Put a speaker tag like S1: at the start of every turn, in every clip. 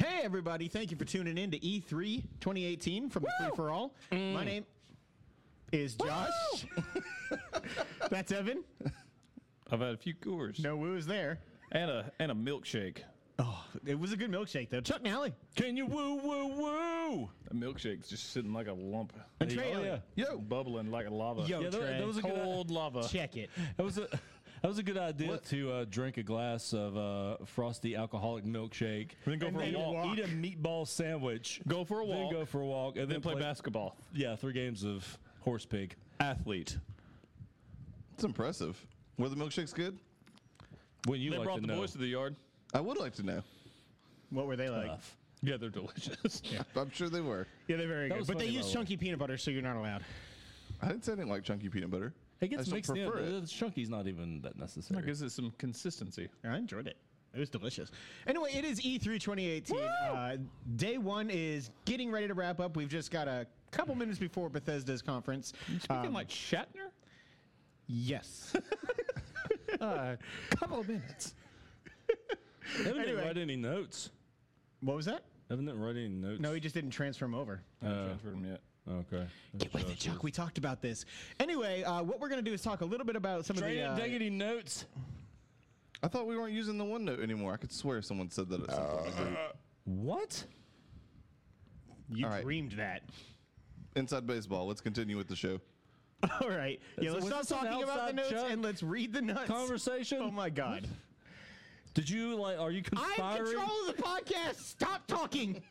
S1: Hi, everybody. Thank you for tuning in to E E3 2018 from the Free for All.
S2: Mm.
S1: My name is Josh. That's Evan.
S3: I've had a few coors
S1: No woo is there.
S3: and a and a milkshake.
S1: Oh, it was a good milkshake, though. Chuck Nally.
S2: Can you woo woo woo?
S3: The milkshake just sitting like a lump,
S1: And Trey
S2: Oh,
S1: Elliott.
S3: yo, bubbling like a lava.
S1: Yo,
S2: Yeah, that,
S1: Trey.
S2: that was a good.
S3: cold lava.
S1: Check it.
S2: That was a that was a good idea
S3: What?
S2: to uh, drink a glass of uh, frosty alcoholic milkshake.
S3: Then go
S1: And
S3: for a
S1: then
S3: walk.
S1: walk.
S2: Eat a meatball sandwich.
S3: Go for a
S2: Then
S3: walk.
S2: go for a walk, and
S3: Then play basketball.
S2: Yeah, three games of horse pig.
S3: Athlete.
S4: It's impressive. Were the milkshakes good?
S2: When you
S3: they
S2: like
S3: brought
S2: to
S3: the
S2: know.
S3: boys to the yard.
S4: I would like to know.
S1: What were they like?
S2: Tough.
S3: Yeah, they're delicious.
S4: I'm sure they were.
S1: Yeah, they're very
S2: That
S1: good.
S2: was
S1: But they
S2: funny, by
S1: use
S2: the way.
S1: chunky peanut butter, so you're not allowed.
S4: I didn't say I didn't like chunky peanut butter.
S2: It gets
S4: I still
S2: mixed in.
S4: prefer
S2: The
S4: it.
S2: chunky's not even that necessary.
S3: That gives it some consistency.
S1: I enjoyed it. It was delicious. Anyway, it is E E3 2018. Uh, day one is getting ready to wrap up. We've just got a couple minutes before Bethesda's conference.
S3: Speaking
S1: Um,
S3: like Shatner.
S1: yes.
S3: Couple of minutes.
S2: Evan didn't
S1: Anyway.
S2: write any notes.
S1: what was that?
S2: Evan didn't write any notes. Uh,
S1: No, he just didn't transfer him over.
S3: I haven't transferred them yet.
S2: Okay.
S1: Get with it, Chuck. We talked about this. Anyway, uh, what we're going to do is talk a little bit about some
S2: Straight
S1: of
S2: up
S1: the. Uh,
S2: diggity notes.
S3: Oh,
S4: I thought we weren't using the OneNote anymore. I could swear someone said that. At some point in the group.
S2: What?
S1: you
S4: All right.
S1: dreamed that.
S4: Inside baseball. Let's continue with the show.
S1: All right. Yeah, let's
S2: Was
S1: stop
S2: this an
S1: talking about the
S2: outside
S1: notes
S2: Chuck
S1: and let's read the nuts.
S2: Conversation.
S1: Oh, my God.
S2: Did you like? Are you
S1: I'm in
S2: conspiring?
S1: control of the podcast. Stop talking.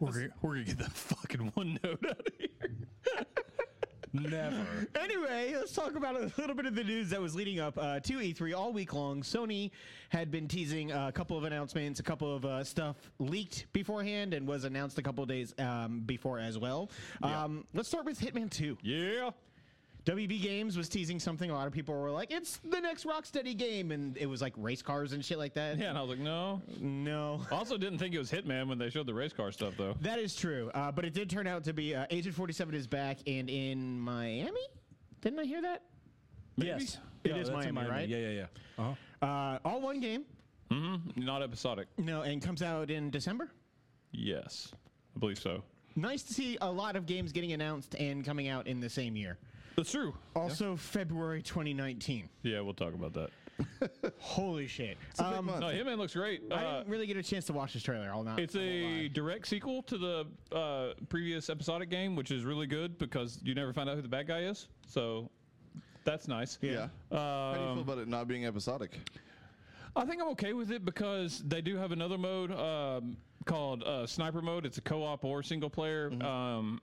S3: We're gonna, we're gonna get that fucking one note out of here.
S2: Never.
S1: Anyway, let's talk about a little bit of the news that was leading up uh, to E3 all week long. Sony had been teasing a couple of announcements, a couple of uh, stuff leaked beforehand, and was announced a couple of days um, before as well. Um, Let's start with Hitman 2.
S3: Yeah.
S1: WB Games was teasing something. A lot of people were like, "It's the next Rocksteady game," and it was like race cars and shit like that.
S3: Yeah, and I was like, no.
S1: No.
S3: Also, didn't think it was Hitman when they showed the race car stuff though.
S1: That is true, uh, but it did turn out to be uh, Agent 47 is back and in Miami. Didn't I hear that?
S2: yes.
S1: It
S2: It is
S1: is Miami, right?
S2: Yeah, yeah, yeah. Uh-huh.
S1: Uh, all one game.
S3: Not episodic.
S1: No, and comes out in December.
S3: Yes, I believe so.
S1: Nice to see a lot of games getting announced and coming out in the same year.
S3: That's true.
S1: Also, February 2019.
S3: Yeah, we'll talk about that.
S1: Holy shit.
S4: Big
S1: Um,
S4: month.
S3: No, Hitman looks great.
S1: I
S3: Uh,
S1: didn't really get a chance to watch this trailer. I'll not.
S3: it's
S1: I won't
S3: a
S1: lie.
S3: direct sequel to the uh, previous episodic game, which is really good because you never find out who the bad guy is. So that's nice.
S4: Yeah. How do you feel
S3: Um,
S4: about it not being episodic?
S3: I think I'm okay with it because they do have another mode um, called uh, Sniper Mode. It's a co-op or single player. Um,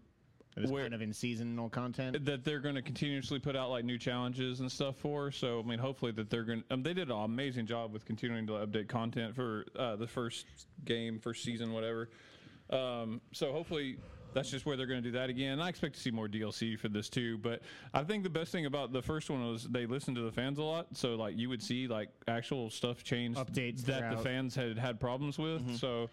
S1: It was
S3: where-
S1: kind of in seasonal content.
S3: that they're going to continuously put out like new challenges and stuff for. So I mean, hopefully that they're going. to um, They did an amazing job with continuing to update content for uh, the first game, first season, whatever. Um, so hopefully that's just where they're going to do that again. I expect to see more DLC for this too. But I think the best thing about the first one was they listened to the fans a lot. So like you would see like actual stuff change
S1: Updates
S3: that
S1: throughout.
S3: the fans had had problems with. So.
S1: Mm-hmm.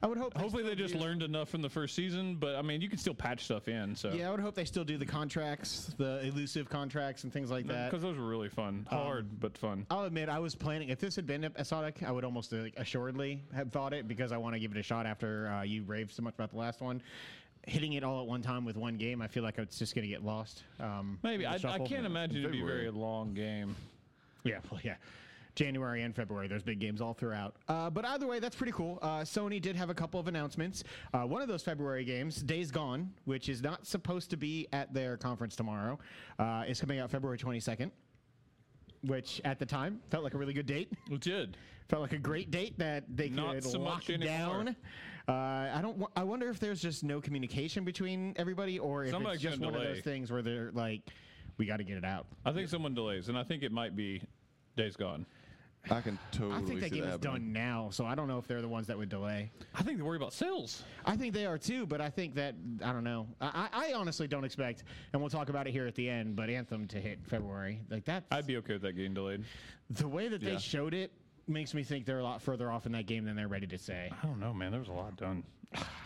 S1: I would hope.
S3: Hopefully they just learned enough from the first season, but I mean you can still patch stuff in. So
S1: Yeah, I would hope they still do the contracts, the elusive contracts and things like that.
S3: because those were really fun, hard but fun.
S1: I'll admit, I was planning. If this had been episodic, I would almost uh, like, assuredly have thought it because I want to give it a shot after uh, you raved so much about the last one. Hitting it all at one time with one game, I feel like it's just going to get lost. Um,
S3: Maybe
S1: in the
S3: I, I
S1: shuffle.
S3: can't imagine it'd be a very long game.
S1: Yeah, well, yeah. January and February, there's big games all throughout. Uh, but either way, that's pretty cool. Uh, Sony did have a couple of announcements. Uh, one of those February games, Days Gone, which is not supposed to be at their conference tomorrow, uh, is coming out February 22nd, which at the time felt like a really good date.
S3: It did.
S1: Felt like a great date that they
S3: Not
S1: could
S3: so
S1: lock
S3: much anymore.
S1: down. Uh, I don't. wa- I wonder if there's just no communication between everybody, or if
S3: Somebody's
S1: it's just
S3: gonna
S1: one of
S3: delay.
S1: those things where they're like, "We got to get it out."
S3: I think someone delays, and I think it might be Days Gone.
S4: I can totally
S1: I think that
S4: see
S1: game
S4: that
S1: is
S4: happening.
S1: done now, so I don't know if they're the ones that would delay.
S3: I think they worry about sales.
S1: I think they are too, but I think that I don't know. I, I I honestly don't expect, and we'll talk about it here at the end. But Anthem to hit February like that.
S3: I'd be okay with that getting delayed.
S1: the way that they
S4: Yeah.
S1: showed it makes me think they're a lot further off in that game than they're ready to say.
S3: I don't know, man. There was a lot done.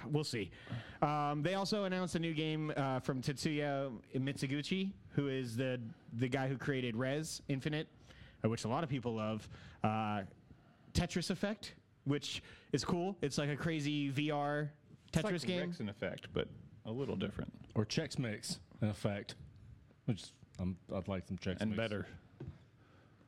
S1: We'll see. Um, they also announced a new game uh, from Tetsuya Mitsuguchi, who is the the guy who created Res Infinite, uh, which a lot of people love. Uh, Tetris Effect. which is cool. It's like a crazy VR Tetris
S3: It's like
S1: game.
S3: Rex in effect, but a little different
S2: or Chex Mix, in effect, which um, I'd like some Chex
S3: and
S2: Mix.
S3: better.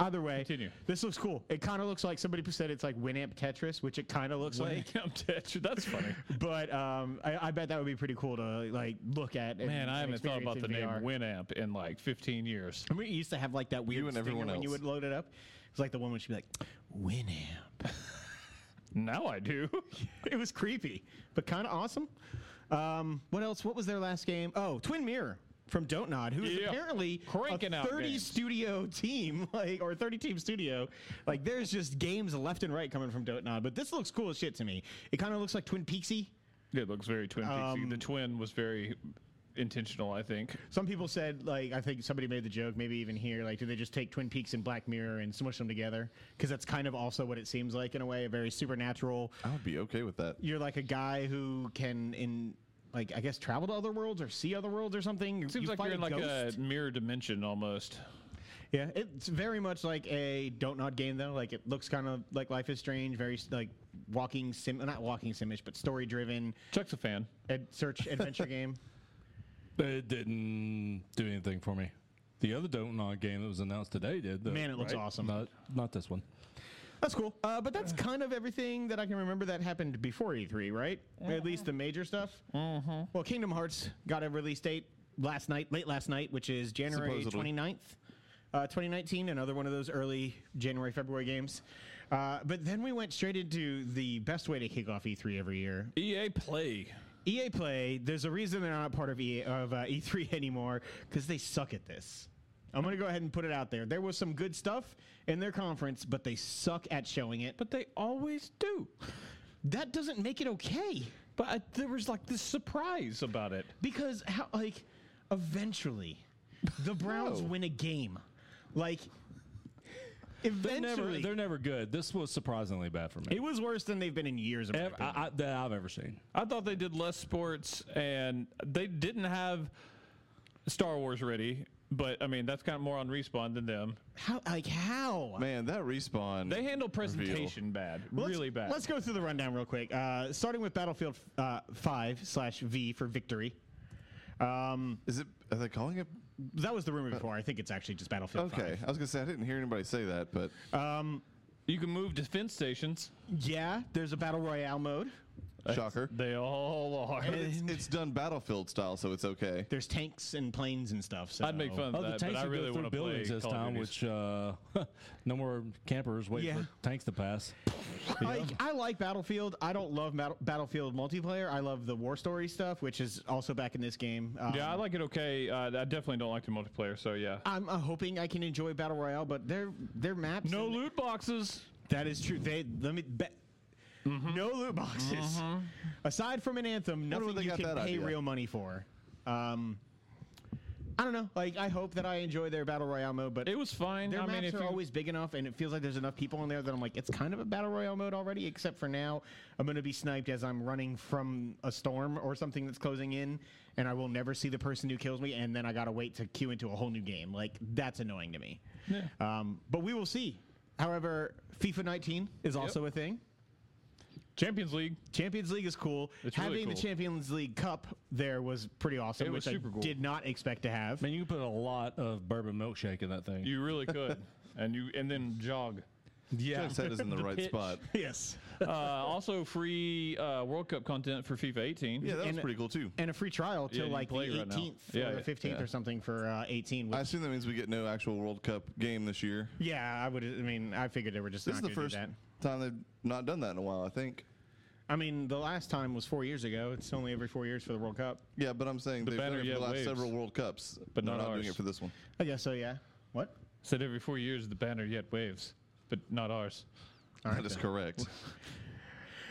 S1: Either way,
S3: Continue.
S1: this looks cool. It kind of looks like somebody said it's like Winamp Tetris, which it kind of looks like.
S3: I'm dead. That's funny.
S1: But um, I, I bet that would be pretty cool to like look at. and-
S3: Man, I
S1: and
S3: haven't thought
S1: experience
S3: about the
S1: in
S3: name
S1: VR.
S3: Winamp in like 15 years.
S1: And we used to have like that weird
S4: and
S1: stinger
S4: everyone
S1: when you
S4: else.
S1: would load it up. It's like the one would be like Winamp.
S3: Now I do.
S1: it was creepy, but kind of awesome. Um, what else? What was their last game? Oh, Twin Mirror from Don't Nod, who is
S3: Yeah.
S1: apparently
S3: Cranking
S1: a
S3: out
S1: 30
S3: games.
S1: studio team, like or 30 team studio. Like there's just games left and right coming from Don't Nod, but this looks cool as shit to me. It kind of looks like Twin Peaksy.
S3: it looks very Twin Peaksy.
S1: Um,
S3: the twin was very intentional, I think.
S1: Some people said, like, I think somebody made the joke, maybe even here, like, do they just take Twin Peaks and Black Mirror and smush them together? Because that's kind of also what it seems like in a way, a very supernatural.
S4: I would be okay with that.
S1: You're like a guy who can, in like, I guess, travel to other worlds or see other worlds or something. You-
S3: Seems
S1: you
S3: like you're
S1: fight
S3: in like
S1: ghost.
S3: a mirror dimension almost.
S1: yeah. It's very much like a Don't Nod game though. Like, it looks kind of like Life is Strange, very like walking sim, not walking simish, but story driven
S3: Chuck's a fan.
S1: ed- search adventure game.
S2: It didn't do anything for me. The other Don't Nod game that was announced today did. though,
S1: Man, it looks awesome.
S2: Not, not this one.
S1: That's cool. Uh, but that's kind of everything that I can remember that happened before E3, right? At least the major stuff. Mm-hmm. Well, Kingdom Hearts got a release date last night, late last night, which is January
S4: Supposedly.
S1: 29th, uh, 2019, another one of those early January, February games. Uh, but then we went straight into the best way to kick off E3 every year,
S3: EA Play.
S1: EA Play, there's a reason they're not part of EA of uh, E3 anymore because they suck at this. I'm gonna go ahead and put it out there. There was some good stuff in their conference, but they suck at showing it.
S3: But they always do.
S1: That doesn't make it okay
S3: But I, there was like this surprise about it.
S1: because how like eventually the Browns
S4: No.
S1: win a game, like
S2: They're never,
S1: eventually
S2: they're never good. This was surprisingly bad for me.
S1: it was worse than they've been in years. in my
S2: Ev-
S1: opinion.
S2: I- I- that I've ever seen.
S3: I thought they did less sports and they didn't have Star Wars ready. But I mean, that's kind of more on respawn than them.
S1: how like how?
S4: Man, that respawn.
S3: They handle presentation bad,
S1: Well, let's-
S3: really bad.
S1: Let's go through the rundown real quick. Uh, starting with Battlefield uh, 5 slash V for victory. Um,
S4: is it? Are they calling it?
S1: that was the
S2: Uh,
S1: rumor before. I think it's actually just Battlefield
S4: Okay, I was gonna say I didn't hear anybody say that, but
S1: 5. Um,
S3: you can move defense stations.
S1: yeah, there's a Battle Royale mode.
S4: shocker.
S3: They all are.
S4: But it's, it's done battlefield style, so it's okay.
S1: There's tanks and planes and stuff. So
S3: I'd make fun of
S2: Oh, the
S3: that, but
S2: tanks
S3: I
S2: will
S3: really
S2: go
S3: want to
S2: through
S3: play
S2: buildings this
S3: Call of
S2: time,
S3: Duty.
S2: which uh, no more campers waiting
S1: Yeah.
S2: for tanks to pass.
S1: Like, I like Battlefield. I don't love Bat- Battlefield multiplayer. I love the war story stuff, which is also back in this game. Um,
S3: Yeah, I like it okay. Uh, I definitely don't like the multiplayer, so yeah.
S1: I'm uh, hoping I can enjoy Battle Royale, but their their maps
S3: No
S1: and-
S3: loot boxes.
S1: That is true. They let me bet.
S4: Mm-hmm.
S1: No loot boxes. Aside from an anthem,
S4: where
S1: nothing
S4: they
S1: you
S4: got
S1: can
S4: that
S1: pay
S4: idea.
S1: real money for. Um, I don't know. Like, I hope that I enjoy their battle royale mode, but
S3: It was fine.
S1: their
S3: I
S1: maps
S3: mean, if
S1: are
S3: you,
S1: always big enough, and it feels like there's enough people in there that I'm like, it's kind of a battle royale mode already. Except for now, I'm going to be sniped as I'm running from a storm or something that's closing in, and I will never see the person who kills me, and then I got to wait to queue into a whole new game. Like that's annoying to me. Um, but we will see. However, FIFA 19 is also a thing.
S3: Champions League.
S1: Champions League is cool.
S3: It's
S1: Having
S3: really
S1: the
S3: cool.
S1: Champions League Cup there was pretty awesome,
S3: It
S1: which
S3: was
S1: I
S3: super cool.
S1: did not expect to have.
S2: Man, you can put a lot of bourbon milkshake in that thing.
S3: You really could, and you and then jog.
S2: yeah.
S4: His head is in the, right
S3: pitch.
S4: spot.
S1: yes.
S3: Uh, also, free uh, World Cup content for FIFA 18.
S4: Yeah, that was
S1: And-
S4: pretty cool too.
S1: And a free trial till
S3: you
S1: like the
S3: play right now.
S1: 18th
S3: Yeah,
S1: or
S3: yeah,
S1: the 15th
S4: yeah.
S1: or something for uh, 18. Which,
S4: I assume that means we get no actual World Cup game this year.
S1: yeah, I would. I mean, I figured they were just
S4: This
S1: not
S4: is the
S1: going to
S4: first
S1: do that.
S4: time they've not done that in a while, I think.
S1: I mean, the last time was four years ago. It's only every four years for the World Cup.
S4: Yeah, but I'm saying they've done
S3: banner
S4: it for
S3: yet
S4: the last
S3: waves.
S4: several World Cups,
S3: But
S4: They're
S3: not
S4: not doing
S3: ours.
S4: it for this one.
S1: I guess so. Yeah. What?
S3: Said every four years the banner yet waves, but not ours.
S4: that is correct.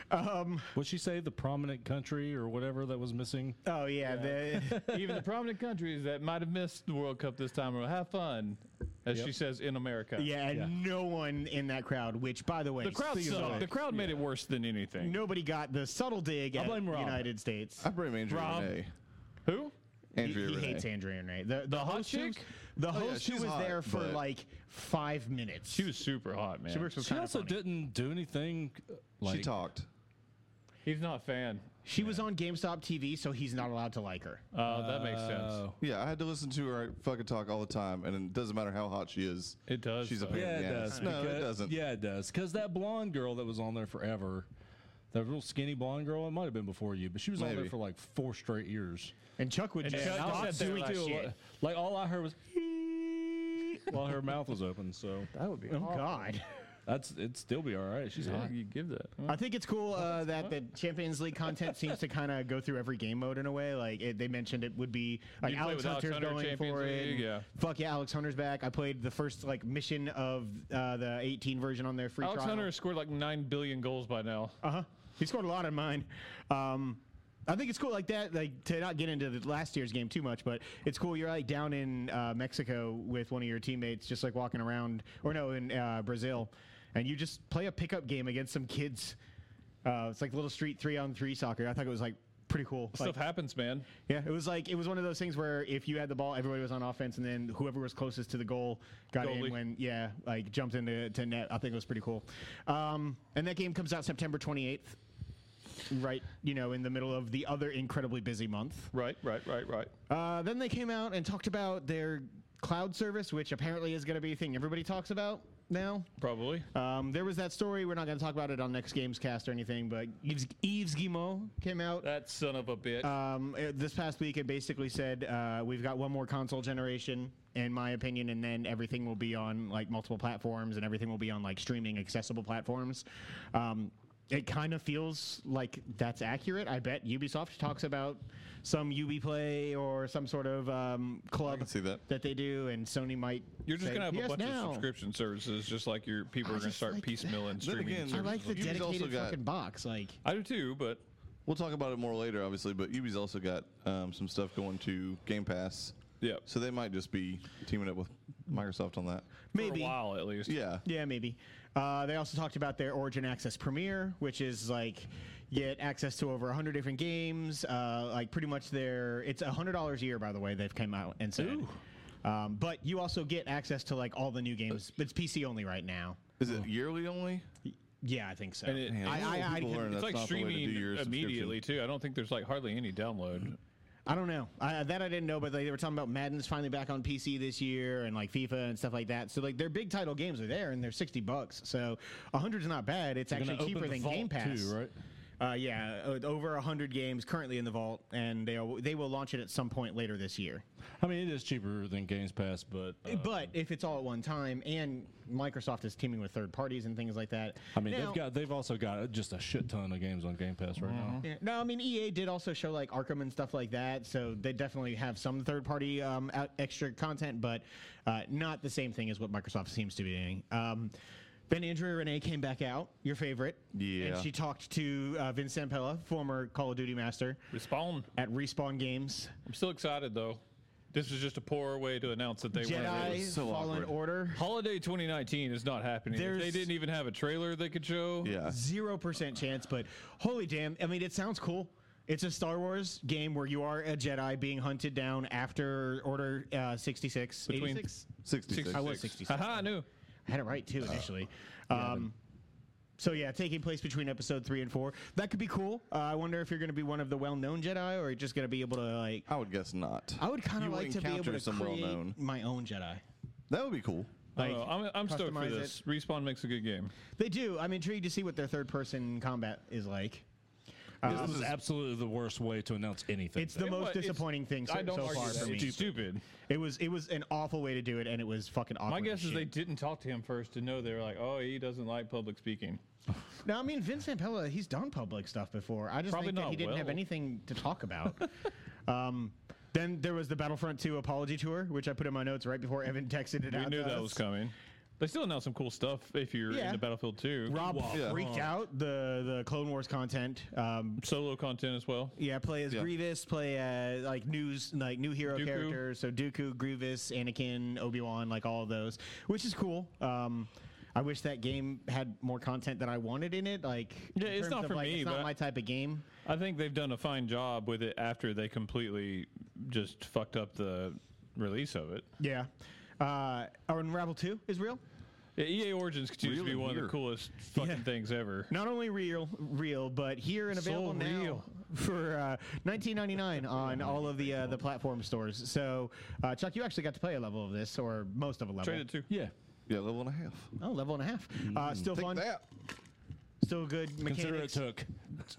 S2: What'd she say? The prominent country or whatever that was missing?
S1: Oh yeah. the-
S3: Even the prominent countries that might have missed the World Cup this time will have fun, as she says in America.
S1: yeah. And
S2: Yeah.
S1: no one in that crowd. Which, by the way,
S3: The crowd
S1: speaking of
S3: sucked.
S1: that,
S3: The crowd made it worse than anything.
S1: Nobody got the subtle dig at
S2: blame Rob.
S1: United States.
S4: I blame Andrea
S3: Rob.
S4: Renee.
S3: Who?
S1: He,
S4: Andrea
S1: he
S4: Renee.
S1: hates Andrea Renee. The, the,
S3: hot
S1: host who-
S3: chick?
S1: The
S4: yeah,
S1: host who
S4: she's
S1: was
S4: hot,
S1: there for
S4: but-
S1: like five minutes.
S3: She was super hot, man.
S1: She works with
S2: She
S1: Kinda
S2: also
S1: Funny.
S2: didn't do anything uh, Like,
S4: she talked.
S3: He's not a fan.
S1: She was on GameStop TV, so he's not allowed to like her.
S3: Uh, that makes sense.
S2: Oh.
S4: Yeah, I had to listen to her fucking talk all the time, and it doesn't matter how hot she is.
S3: It does.
S4: She's a
S3: though.
S4: pain.
S2: Yeah, it
S4: Yeah,
S2: does.
S4: no, it
S2: because-
S4: doesn't.
S2: Yeah, it does. Because that blonde girl that was on there forever, that real skinny blonde girl, it might have been before you, but she was on there
S4: Maybe.
S2: for like four straight years.
S1: And Chuck would
S3: And
S1: just
S3: Chuck
S1: stop
S3: sat there
S1: doing
S3: like,
S1: shit.
S2: Like, like, all I heard was while her mouth was open. So
S5: That would be.
S1: Oh
S5: awful.
S1: God!
S2: that's it'd still be all right. She's
S3: Yeah,
S2: hot.
S3: you give that.
S1: I think it's cool uh, that the Champions League content seems to kind of go through every game mode in a way. Like it, they mentioned, it would be like
S3: You play
S1: Alex
S3: with Alex
S1: Hunter's
S3: Hunter
S1: going
S3: Champions
S1: for it.
S3: League,
S1: and
S3: yeah.
S1: Fuck yeah, Alex Hunter's back. I played the first like mission of uh, the 18 version on their free
S3: Alex
S1: trial.
S3: Hunter has scored like nine billion goals by now.
S1: Uh huh. He scored a lot in mine. Um, I think it's cool like that, like to not get into the last year's game too much, but it's cool. You're like down in uh, Mexico with one of your teammates, just like walking around, or no, in uh, Brazil, and you just play a pickup game against some kids. Uh, it's like little street three on three soccer. I thought it was like pretty cool. Like,
S3: Stuff happens, man.
S1: yeah, it was like it was one of those things where if you had the ball, everybody was on offense, and then whoever was closest to the goal got
S3: Goalie.
S1: in. When yeah, like jumped into to net. I think it was pretty cool. Um, and that game comes out September 28th, right? You know, in the middle of the other incredibly busy month.
S3: Right, right, right, right.
S1: Uh, then they came out and talked about their cloud service, which apparently is going to be a thing everybody talks about now.
S3: Probably.
S1: Um, there was that story. We're not going to talk about it on next Games Cast or anything, but Yves, Yves Guillemot came out
S3: That son of a bitch.
S1: um, uh, this past week it basically said uh, we've got one more console generation in my opinion and then everything will be on like multiple platforms and everything will be on like streaming accessible platforms um, it kind of feels like that's accurate i bet ubisoft talks about some ubi play or some sort of um, club
S4: see that.
S1: they do and sony might
S3: You're just
S1: say,
S3: gonna have
S1: "Yes,
S3: a bunch
S1: now."
S3: of subscription services, just like your people
S1: I
S3: are gonna
S1: just
S3: start
S1: like
S3: piecemealing streaming.
S4: again,
S1: i
S3: services.
S1: like the
S4: Ubi's also
S1: dedicated
S4: got-
S1: fucking box like
S3: I do too, but
S4: We'll talk about it more later, obviously, but Ubi's also got um, some stuff going to Game Pass.
S3: yeah,
S4: So they might just be teaming up with Microsoft on that.
S1: maybe
S3: for a while at least.
S4: Yeah.
S1: Yeah, maybe. Uh, they also talked about their Origin Access Premier, which is like you get access to over 100 different games. Uh, like pretty much their it's $100 a year, by the way. They've come out and said. Um, but you also get access to like all the new games. But it's PC only right now.
S4: Is it yearly only?
S1: Yeah, I think so.
S3: And it-
S4: Man,
S1: I-
S4: that's what
S1: I- I
S4: people
S1: can-
S4: learn.
S3: It's
S4: That's
S3: like
S4: not the way to do
S3: streaming
S4: your subscription.
S3: immediately too. I don't think there's like hardly any download.
S1: I don't know. I, that I didn't know, but they, they were talking about Madden's finally back on PC this year, and like FIFA and stuff like that. So like their big title games are there, and they're 60 bucks. So 100's not bad. It's
S2: They're gonna
S1: actually
S2: open
S1: cheaper
S2: the
S1: than
S2: vault
S1: Game Pass,
S2: too, right?
S1: Uh, yeah, o- over 100 games currently in the vault, and they will- they will launch it at some point later this year.
S2: I mean, it is cheaper than Games Pass, but uh,
S1: but if it's all at one time, and Microsoft is teaming with third parties and things like that.
S2: I mean,
S1: Now-
S2: they've got they've also got just a shit ton of games on Game Pass right now.
S1: Yeah. No, I mean EA did also show like Arkham and stuff like that, so they definitely have some third-party um, out- extra content, but uh, not the same thing as what Microsoft seems to be doing. Um, then Andrea Renee came back out, your favorite,
S4: Yeah.
S1: and she talked to uh, Vince Sampella, former Call of Duty master
S3: Respawn.
S1: at Respawn Games.
S3: I'm still excited though. This is just a poor way to announce that they weren't.
S1: Jedi
S3: released.
S4: so
S1: Fallen
S4: awkward.
S1: Order,
S3: Holiday 2019 is not happening. If they
S1: There's-
S3: didn't even have a trailer they could show.
S4: Yeah.
S1: zero percent chance, but holy damn! I mean, it sounds cool. It's a Star Wars game where you are a Jedi being hunted down after Order uh, 66.
S3: Between-
S1: 86?
S4: 66.
S1: I was 66.
S4: Uh-huh.
S3: Haha, I knew.
S1: I had it right too initially. Um, so yeah, taking place between episode three and four. That could be cool. Uh, I wonder if you're going to be one of the well-known Jedi, or you're just going to be able to like.
S4: I would guess not.
S1: I would kind
S4: Uh, You
S1: of
S4: will
S1: like to be able
S4: encounter
S1: to
S4: some
S1: create
S4: well-known.
S1: my own Jedi.
S4: That would be cool.
S3: I don't know. Oh, I'm, I'm stoked for
S1: customize
S3: this. Respawn makes a good game.
S1: They do. I'm intrigued to see what their third-person combat is like.
S4: Uh,
S2: this is absolutely the worst way to announce anything.
S1: It's the
S3: It wa-
S1: most
S3: it's-
S1: disappointing thing so,
S3: I don't
S1: so
S3: argue
S1: far
S3: that.
S1: for me.
S3: It's stupid.
S1: It was it was an awful way to do it, and it was fucking awkward.
S3: My guess
S1: as
S3: is they
S1: shit.
S3: didn't talk to him first to know they were like, oh, he doesn't like public speaking.
S1: No, I mean Vince Zampella, he's done public stuff before. I just
S3: Probably
S1: think that
S3: not
S1: he didn't have
S3: well.
S1: anything to talk about. um, then there was the Battlefront 2 apology tour, which I put in my notes right before Evan texted it
S3: We
S1: out.
S3: knew
S1: to
S3: that
S1: us.
S3: was coming. They still announced some cool stuff if you're
S1: Yeah.
S3: into Battlefield 2.
S1: Rob
S4: Yeah.
S1: freaked out the the Clone Wars content. Um,
S3: Solo content as well.
S1: yeah, play as
S4: Yeah.
S1: Grievous, play uh, like news like new hero
S3: Dooku.
S1: characters. So Dooku, Grievous, Anakin, Obi Wan, like all of those, which is cool. Um, I wish that game had more content that I wanted in it. Like,
S3: Yeah,
S1: in
S3: it's
S1: terms
S3: not
S1: of,
S3: for
S1: like,
S3: me,
S1: It's not
S3: but-
S1: my type of game.
S3: I think they've done a fine job with it after they completely just fucked up the release of it.
S1: Yeah. Uh, or Unravel 2 is real.
S3: Yeah, EA Origins continues
S4: Real
S3: to be
S4: and
S3: one of
S4: here.
S3: the coolest fucking
S1: Yeah.
S3: things ever.
S1: Not only real, real, but here and
S3: So
S1: available now
S3: real.
S1: for uh, 19.99 on all of the uh, the platform stores. So, uh, Chuck, you actually got to play a level of this, or most of a level.
S3: Traded too.
S2: Yeah.
S4: Yeah, level and a half.
S1: Oh, level and a half. Uh, still
S4: Mm. Take
S1: fun.
S4: that.
S1: Still good
S2: Consider
S1: mechanics.
S2: it took.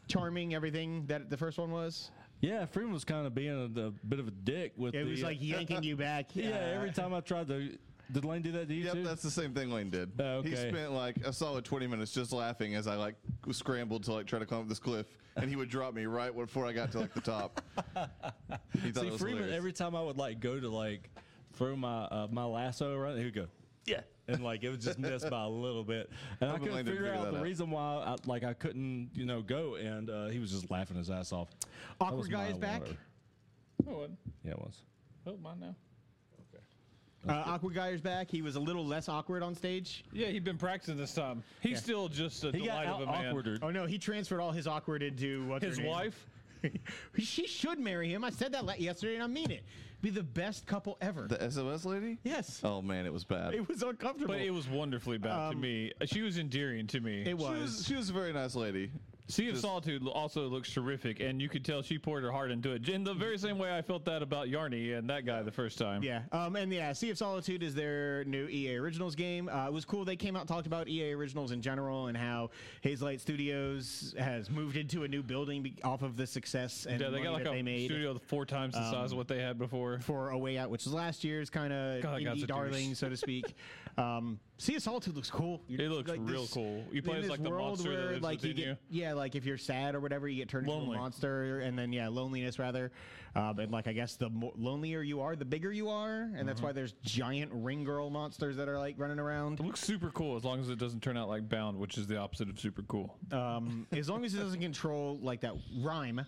S1: Charming. Everything that the first one was.
S2: Yeah, Freeman was kind of being a, a bit of a dick with
S1: It
S2: the.
S1: was
S2: uh,
S1: like yanking you back.
S2: yeah, every time I tried to. Did Lane do that to you
S4: Yep,
S2: too?
S4: that's the same thing Lane did.
S2: Oh,
S4: He
S2: okay.
S4: spent like a solid 20 minutes just laughing as I like scrambled to like try to climb up this cliff, and he would drop me right before I got to like the top. he thought it
S2: See,
S4: was
S2: Freeman,
S4: hilarious.
S2: every time I would like go to like throw my uh, my lasso around, he would go, yeah, and like it would just miss by a little bit, and I
S4: Hopefully
S2: couldn't
S4: Lane didn't
S2: figure
S4: figure
S2: out
S4: that
S2: the
S4: out.
S2: reason why I, like I couldn't you know go, and uh, he was just laughing his ass off. That was
S1: Awkward
S2: my
S1: guy is
S2: one
S1: back.
S2: over.
S3: Oh, what?
S2: Yeah, it was.
S3: Oh, mine now.
S1: Uh, awkward guy is back. He was a little less awkward on stage.
S3: Yeah, he'd been practicing this time. He's still just a
S2: He
S3: delight
S2: got
S3: of a man.
S2: awkwarder.
S1: Oh no, he transferred all his awkward into what's her
S3: His
S1: name?
S3: wife.
S1: she should marry him. I said that la- yesterday, and I mean it. Be the best couple ever.
S4: the SOS lady?
S1: yes.
S4: Oh man, it was bad.
S1: It was uncomfortable.
S3: But it was wonderfully bad to
S1: Um,
S3: me. Uh, She was endearing to me.
S1: It was.
S4: she was she was a very nice lady.
S3: sea of Solitude lo- also looks terrific, and you could tell she poured her heart into it. In the very same way I felt that about Yarny and that guy the first time.
S1: Yeah, um, and yeah, Sea of Solitude is their new EA Originals game. Uh, it was cool. They came out and talked about EA Originals in general and how Hazelight Studios has moved into a new building be- off of the success and
S3: Yeah, they Um,
S1: money
S3: got like
S1: that they
S3: a
S1: made
S3: studio four times the size of what they had before.
S1: for A Way Out, which was last year's kind of
S3: God, God's a
S1: indie
S3: douche.
S1: darling, so to speak. um, sea of Solitude looks cool. You-
S3: It looks real cool. You play
S1: in
S3: as,
S1: this
S3: like, the
S1: world
S3: monster that lives
S1: like, you,
S3: within
S1: get- Yeah, like if you're sad or whatever, you get turned into
S3: Lonely.
S1: a monster, and then yeah, loneliness rather. Um, and like I guess the mo- lonelier you are, the bigger you are, and that's
S3: Mm-hmm.
S1: why there's giant ring girl monsters that are like running around.
S3: It looks super cool as long as it doesn't turn out like Bound, which is the opposite of super cool.
S1: Um, as long as it doesn't control like that rhyme.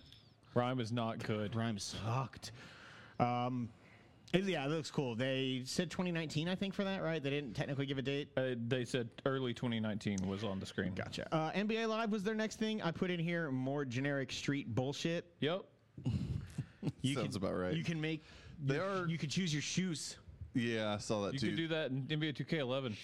S3: Rhyme is not good.
S1: Rhyme sucked. Um, it- yeah, it looks cool. They said 2019, I think, for that, right? They didn't technically give a date.
S3: Uh, they said early 2019 was on the screen.
S1: Gotcha. Uh, NBA Live was their next thing. I put in here more generic street bullshit.
S3: Yep.
S1: You
S4: Sounds about right.
S1: You can make.
S4: They
S1: you,
S4: are-
S1: You can choose your shoes.
S4: Yeah, I saw that
S3: You
S4: too.
S3: could do that in NBA 2K11.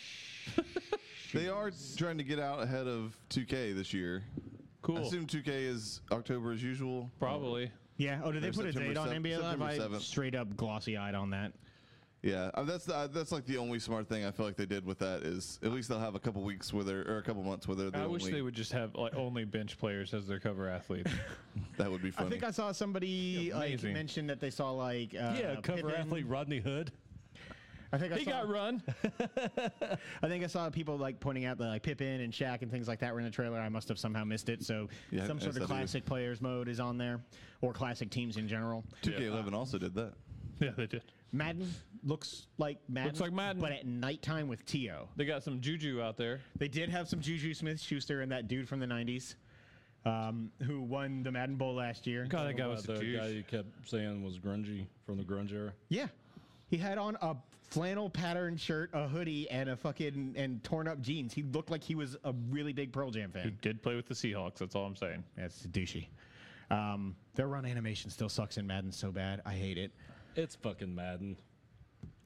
S4: They are trying to get out ahead of 2K this year. I
S3: Cool.
S4: assume 2K is October as usual.
S3: Probably.
S1: Yeah. Oh, did they
S4: There's
S1: put a
S4: September
S1: date on
S4: sev-
S1: NBA Live?
S4: September
S1: I
S4: 7th.
S1: straight up glossy eyed on that.
S4: Yeah, uh, that's the, uh, that's like the only smart thing I feel like they did with that is at least they'll have a couple weeks where they're or a couple months where they're. the
S3: I wish
S4: only-
S3: they would just have like only bench players as their cover athletes.
S4: That would be funny.
S1: I think I saw somebody like
S3: Amazing.
S1: mention that they saw like uh,
S2: yeah, cover
S1: Pippen.
S2: athlete Rodney Hood.
S1: I think I
S3: he
S1: saw,
S3: got run.
S1: I think I saw people like pointing out that like Pippen and Shaq and things like that were in the trailer. I must have somehow missed it. So
S4: Yeah,
S1: some sort
S4: yes, I
S1: of
S4: do.
S1: classic players mode is on there, or classic teams in general.
S4: 2K11 also did that.
S3: yeah, they did.
S1: Madden looks like Madden.
S3: like Madden.
S1: but at nighttime with Tio.
S3: They got some juju out there.
S1: They did have some Juju Smith Schuster and that dude from the 90s um, who won the Madden Bowl last year.
S3: God, that guy was
S2: the
S3: a douche.
S2: guy you kept saying was grungy from the grunge era.
S1: Yeah. He had on a flannel pattern shirt, a hoodie, and a fucking and torn up jeans. He looked like he was a really big Pearl Jam
S3: Who
S1: fan.
S3: did play with the Seahawks. That's all I'm saying.
S1: That's douchey. Um, their run animation still sucks in Madden so bad. I hate it.
S2: It's fucking Madden.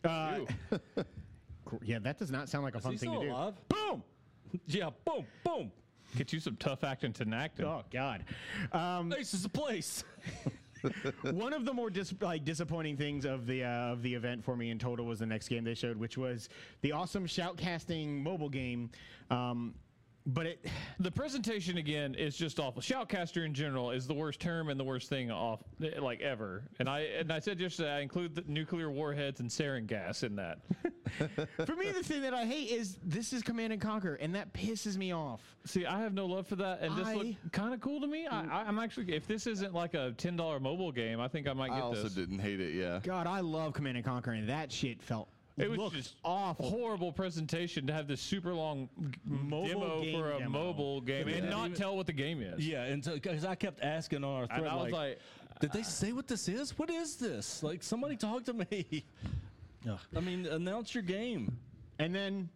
S1: Uh, gr- yeah, that does not sound like a fun
S2: he
S1: thing
S2: still
S1: to
S2: alive?
S1: do. Boom!
S2: Yeah, boom, boom.
S3: Get you some tough acting to act.
S1: Oh God. Um,
S2: Ace is the place.
S1: One of the more dis- like disappointing things of the uh, of the event for me in total was the next game they showed, which was the awesome shoutcasting mobile game. Um, but it,
S3: The presentation again is just awful. Shoutcaster in general is the worst term and the worst thing off like ever. And I and I said yesterday I include the nuclear warheads and sarin gas in that.
S1: for me, the thing that I hate is this is Command and Conquer, and that pisses me off.
S3: See, I have no love for that, and this
S1: I-
S3: looked kind of cool to me. I, I, I'm actually, if this isn't like a ten dollar mobile game, I think I might
S4: I
S3: get
S4: also
S3: this.
S4: didn't hate it. Yeah.
S1: God, I love Command and Conquer, and that shit felt
S3: It was
S1: looked
S3: just
S1: awful.
S3: Horrible presentation to have this super long g-
S1: Mobile
S3: demo
S1: game
S3: for a
S1: demo.
S3: mobile game and
S2: Yeah.
S3: not tell what the game is.
S2: Yeah, and because I kept asking on our thread,
S3: And I was
S2: like,
S3: like,
S2: did they say what this is? What is this? Like, somebody talk to me. I mean, announce your game.
S1: And then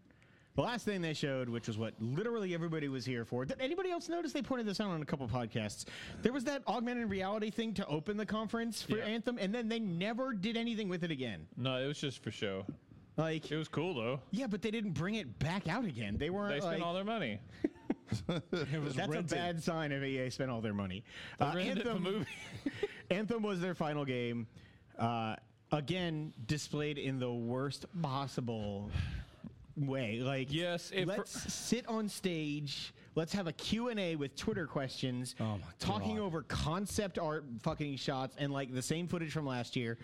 S1: the last thing they showed, which was what literally everybody was here for. Did anybody else notice they pointed this out on a couple podcasts? There was that augmented reality thing to open the conference for
S3: Yeah.
S1: Anthem, and then they never did anything with it again.
S3: no, it was just for show.
S1: Like,
S3: It was cool though.
S1: yeah, but they didn't bring it back out again. They weren't.
S3: They spent
S1: like-
S3: all their money.
S2: It was
S1: that's
S2: rented.
S1: a bad sign if EA spent all their money. Uh,
S3: rented the movie.
S1: Anthem was their final game. Uh, again, displayed in the worst possible way. Like,
S3: Yes, if-
S1: let's sit on stage. Let's have a Q&A with Twitter questions.
S2: Oh my
S1: Talking
S2: God.
S1: over concept art fucking shots and like the same footage from last year.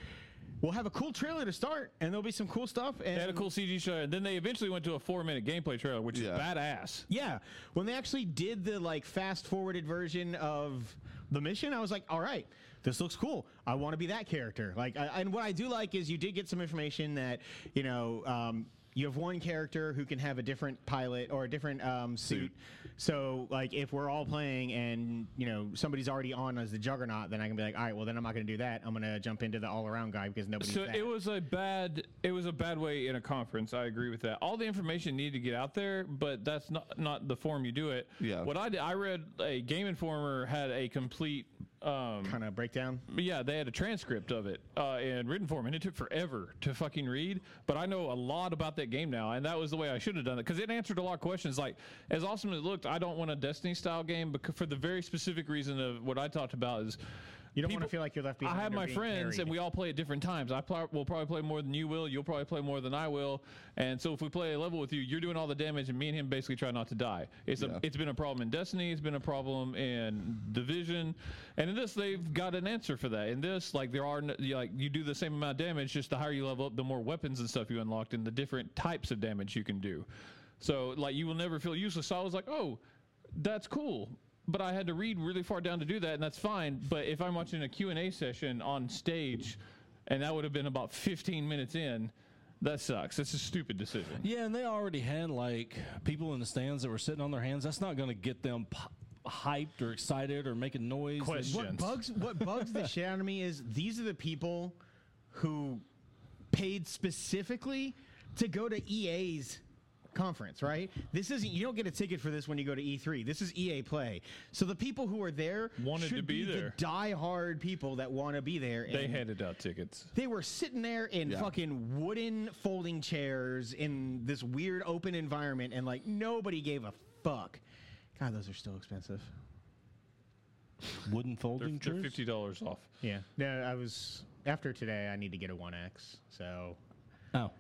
S1: We'll have a cool trailer to start, and there'll be some cool stuff. And
S3: They had a cool CG show, and then they eventually went to a four-minute gameplay trailer, which
S4: Yeah.
S3: is badass.
S1: Yeah, when they actually did the like fast forwarded version of the mission, I was like, all right, this looks cool. I want to be that character. Like, I, and what I do like is you did get some information that you know. Um, you have one character who can have a different pilot or a different um, suit. So, like, if we're all playing and you know somebody's already on as the Juggernaut, then I can be like, all right, well, then I'm not going to do that. I'm going to jump into the all-around guy because nobody's.
S3: So
S1: that.
S3: it was a bad, it was a bad way in a conference. I agree with that. All the information needed to get out there, but that's not not the form you do it.
S4: Yeah.
S3: What I did, I read a Game Informer had a complete. Um,
S1: kind of breakdown.
S3: yeah, they had a transcript of it uh, in written form, and it took forever to fucking read. But I know a lot about that game now, and that was the way I should have done it because it answered a lot of questions. Like, as awesome as it looked, I don't want a Destiny style game because for the very specific reason of what I talked about is
S1: You don't want to
S3: people-
S1: feel like you're left
S3: I
S1: behind.
S3: have
S1: or
S3: my
S1: being
S3: friends,
S1: carried.
S3: and we all play at different times. I pl- will probably play more than you will. You'll probably play more than I will. And so if we play a level with you, you're doing all the damage, and me and him basically try not to die. It's a, it's been a problem in Destiny. It's been a problem in Division, and in this they've got an answer for that. In this, like there are n- you- like you do the same amount of damage, just the higher you level up, the more weapons and stuff you unlocked, and the different types of damage you can do. So like you will never feel useless. So I was like, oh, that's cool but i had to read really far down to do that and that's fine but if i'm watching a q&a session on stage and that would have been about 15 minutes in that sucks that's a stupid decision
S2: Yeah, and they already had like people in the stands that were sitting on their hands. That's not going to get them p- hyped or excited or making noise.
S3: Question.
S1: What
S3: Gents.
S1: bugs what bugs the shit out of me is these are the people who paid specifically to go to EA's conference, right? This isn't you don't get a ticket for this when you go to E3. This is EA Play. So the people who are there
S3: Wanted to
S1: should
S3: be
S1: the
S3: there.
S1: die-hard people that want to be there.
S3: they
S1: and
S3: handed out tickets
S1: they were sitting there in
S4: Yeah.
S1: fucking wooden folding chairs in this weird open environment and like nobody gave a fuck. God, those are still expensive.
S2: Wooden
S3: they're,
S2: folding
S3: they're
S2: chairs?
S3: $50 off
S1: Yeah. No, I was after today. I need to get a One X, so
S2: Oh,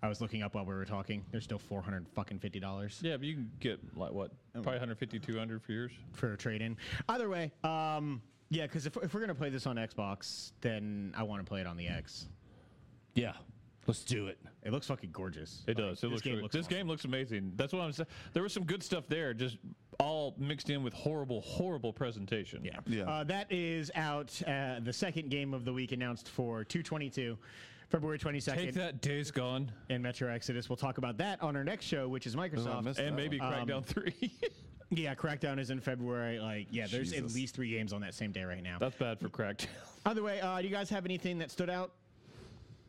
S1: I was looking up while we were talking. They're still four hundred fucking fifty dollars
S3: yeah but you can get like what probably 150 200 for yours
S1: for a trade in. Either way, um, yeah, because if, if we're gonna play this on Xbox, then I want to play it on the X.
S2: yeah. Let's do it.
S1: It looks fucking gorgeous.
S3: it
S1: Like,
S3: does. It
S1: this
S3: looks
S1: game
S3: really-
S1: looks
S3: this
S1: awesome.
S3: game looks amazing. That's what I'm saying. There was some good stuff there, just all mixed in with horrible, horrible presentation.
S1: Yeah.
S4: Yeah.
S1: Uh, that is out. Uh, the second game of the week announced for two twenty two, February twenty
S3: Take
S1: second,
S3: that, Days Gone,
S1: in Metro Exodus. We'll talk about that on our next show, which is Microsoft.
S4: Oh,
S1: Uh,
S4: missed
S3: and
S4: That
S3: maybe Crackdown 3.
S1: Yeah, Crackdown is in February. Like, yeah, there's at
S4: Jesus.
S1: least three games on that same day right now.
S3: That's bad for Crackdown.
S1: Either way, uh, do you guys have anything that stood out?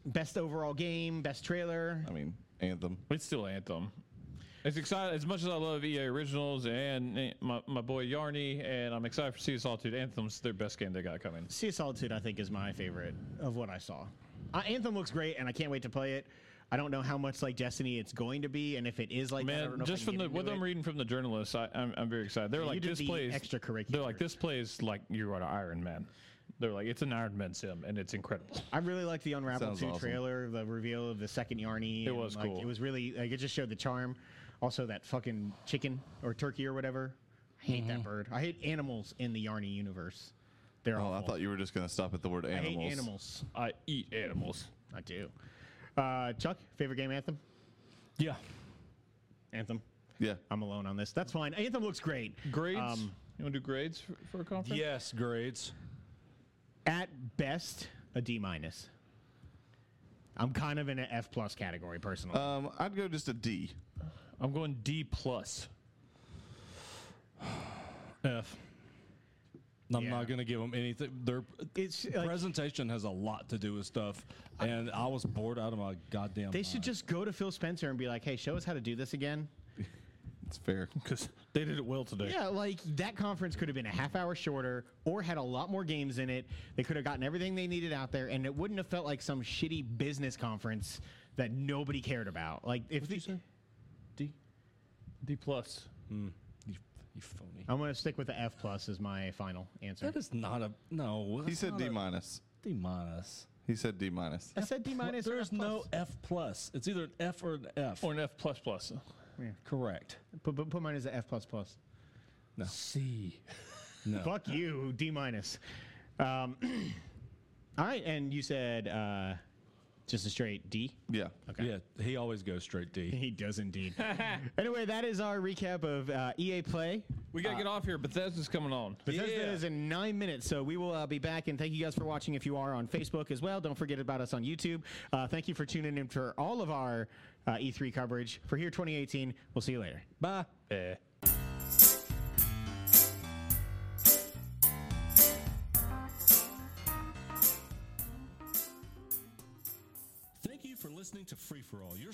S1: Best overall game, best trailer.
S4: I mean, Anthem. Oh,
S3: It's still Anthem. It's exciting as much as I love EA Originals and eh, my, my boy Yarny, and I'm excited for Sea of Solitude. Anthem's their best game they got coming.
S1: Sea of Solitude, I think, is my favorite of what I saw. Uh, Anthem looks great, and I can't wait to play it. I don't know how much like Destiny it's going to be, and if it is like that, I don't
S3: Man,
S1: know if I
S3: just
S1: can
S3: from
S1: get
S3: the
S1: into
S3: what
S1: it.
S3: I'm reading from the journalists, I, I'm, I'm very excited. They're like
S1: did
S3: this
S1: the
S3: plays
S1: extracurricular.
S3: They're like this plays like you're on an Iron Man. They're like it's an Iron Man sim, and it's incredible.
S1: I really like the Unravel
S4: Sounds
S1: Two
S4: awesome.
S1: trailer, the reveal of the second Yarny. It
S3: was cool.
S1: It was really like it just showed the charm. Also, that fucking chicken or turkey or whatever. I hate
S3: Mm-hmm.
S1: that bird. I hate animals in the Yarny universe. They're
S4: Oh,
S1: awful.
S4: I thought you were just gonna stop at the word
S1: I
S4: animals.
S1: hate animals.
S3: I eat animals.
S1: I do. Uh, Chuck, favorite game anthem?
S2: Yeah.
S1: Anthem.
S4: Yeah.
S1: I'm alone on this. That's fine. Anthem looks great.
S3: Grades?
S1: Um,
S3: you want to do grades for, for a conference?
S2: Yes, grades.
S1: At best, a D minus. I'm kind of in an F plus category personally.
S4: Um, I'd go just a D.
S3: I'm going D plus.
S2: F. I'm
S1: Yeah.
S2: not going to give them anything. Their
S1: it's like,
S2: presentation has a lot to do with stuff, and I was bored out of my goddamn.
S1: they should
S2: mind.
S1: just go to Phil Spencer and be like, "Hey, show us how to do this again."
S4: It's fair.
S3: Because they did it well today.
S1: Yeah, like that conference could have been a half hour shorter or had a lot more games in it. They could have gotten everything they needed out there, and it wouldn't have felt like some shitty business conference that nobody cared about. Like if the,
S2: D.
S3: D plus.
S2: You, you phony.
S1: I'm gonna stick with the F plus as my final answer.
S2: That is not a no.
S4: He
S2: that's
S4: said
S2: not
S4: D
S2: a-
S4: minus.
S2: D minus.
S4: He said D minus.
S1: I said D minus. or F
S2: There's
S1: plus.
S2: no F plus. It's either an F or an F.
S3: Or an F plus plus.
S2: correct.
S1: Put, put, put mine as a F plus plus.
S2: C. No.
S1: Fuck you, D minus. Um, all right, and you said uh, just a straight D.
S4: Yeah.
S2: Yeah, he always goes straight D.
S1: He does indeed. anyway, that is our recap of uh, EA Play.
S3: We gotta get off here. Bethesda's coming on.
S1: Uh, Bethesda
S2: Yeah.
S1: is in nine minutes, so we will uh, be back. And thank you guys for watching. If you are on Facebook as well, don't forget about us on YouTube. Uh, thank you for tuning in for all of our uh, E3 coverage for here 2018. We'll see you later.
S2: Bye. Thank you for listening to Free for All, your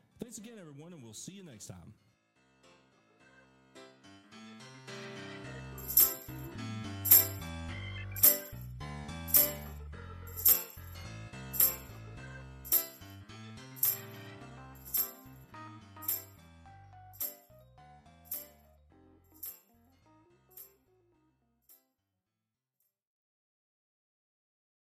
S2: Thanks again, everyone, and we'll see you next time.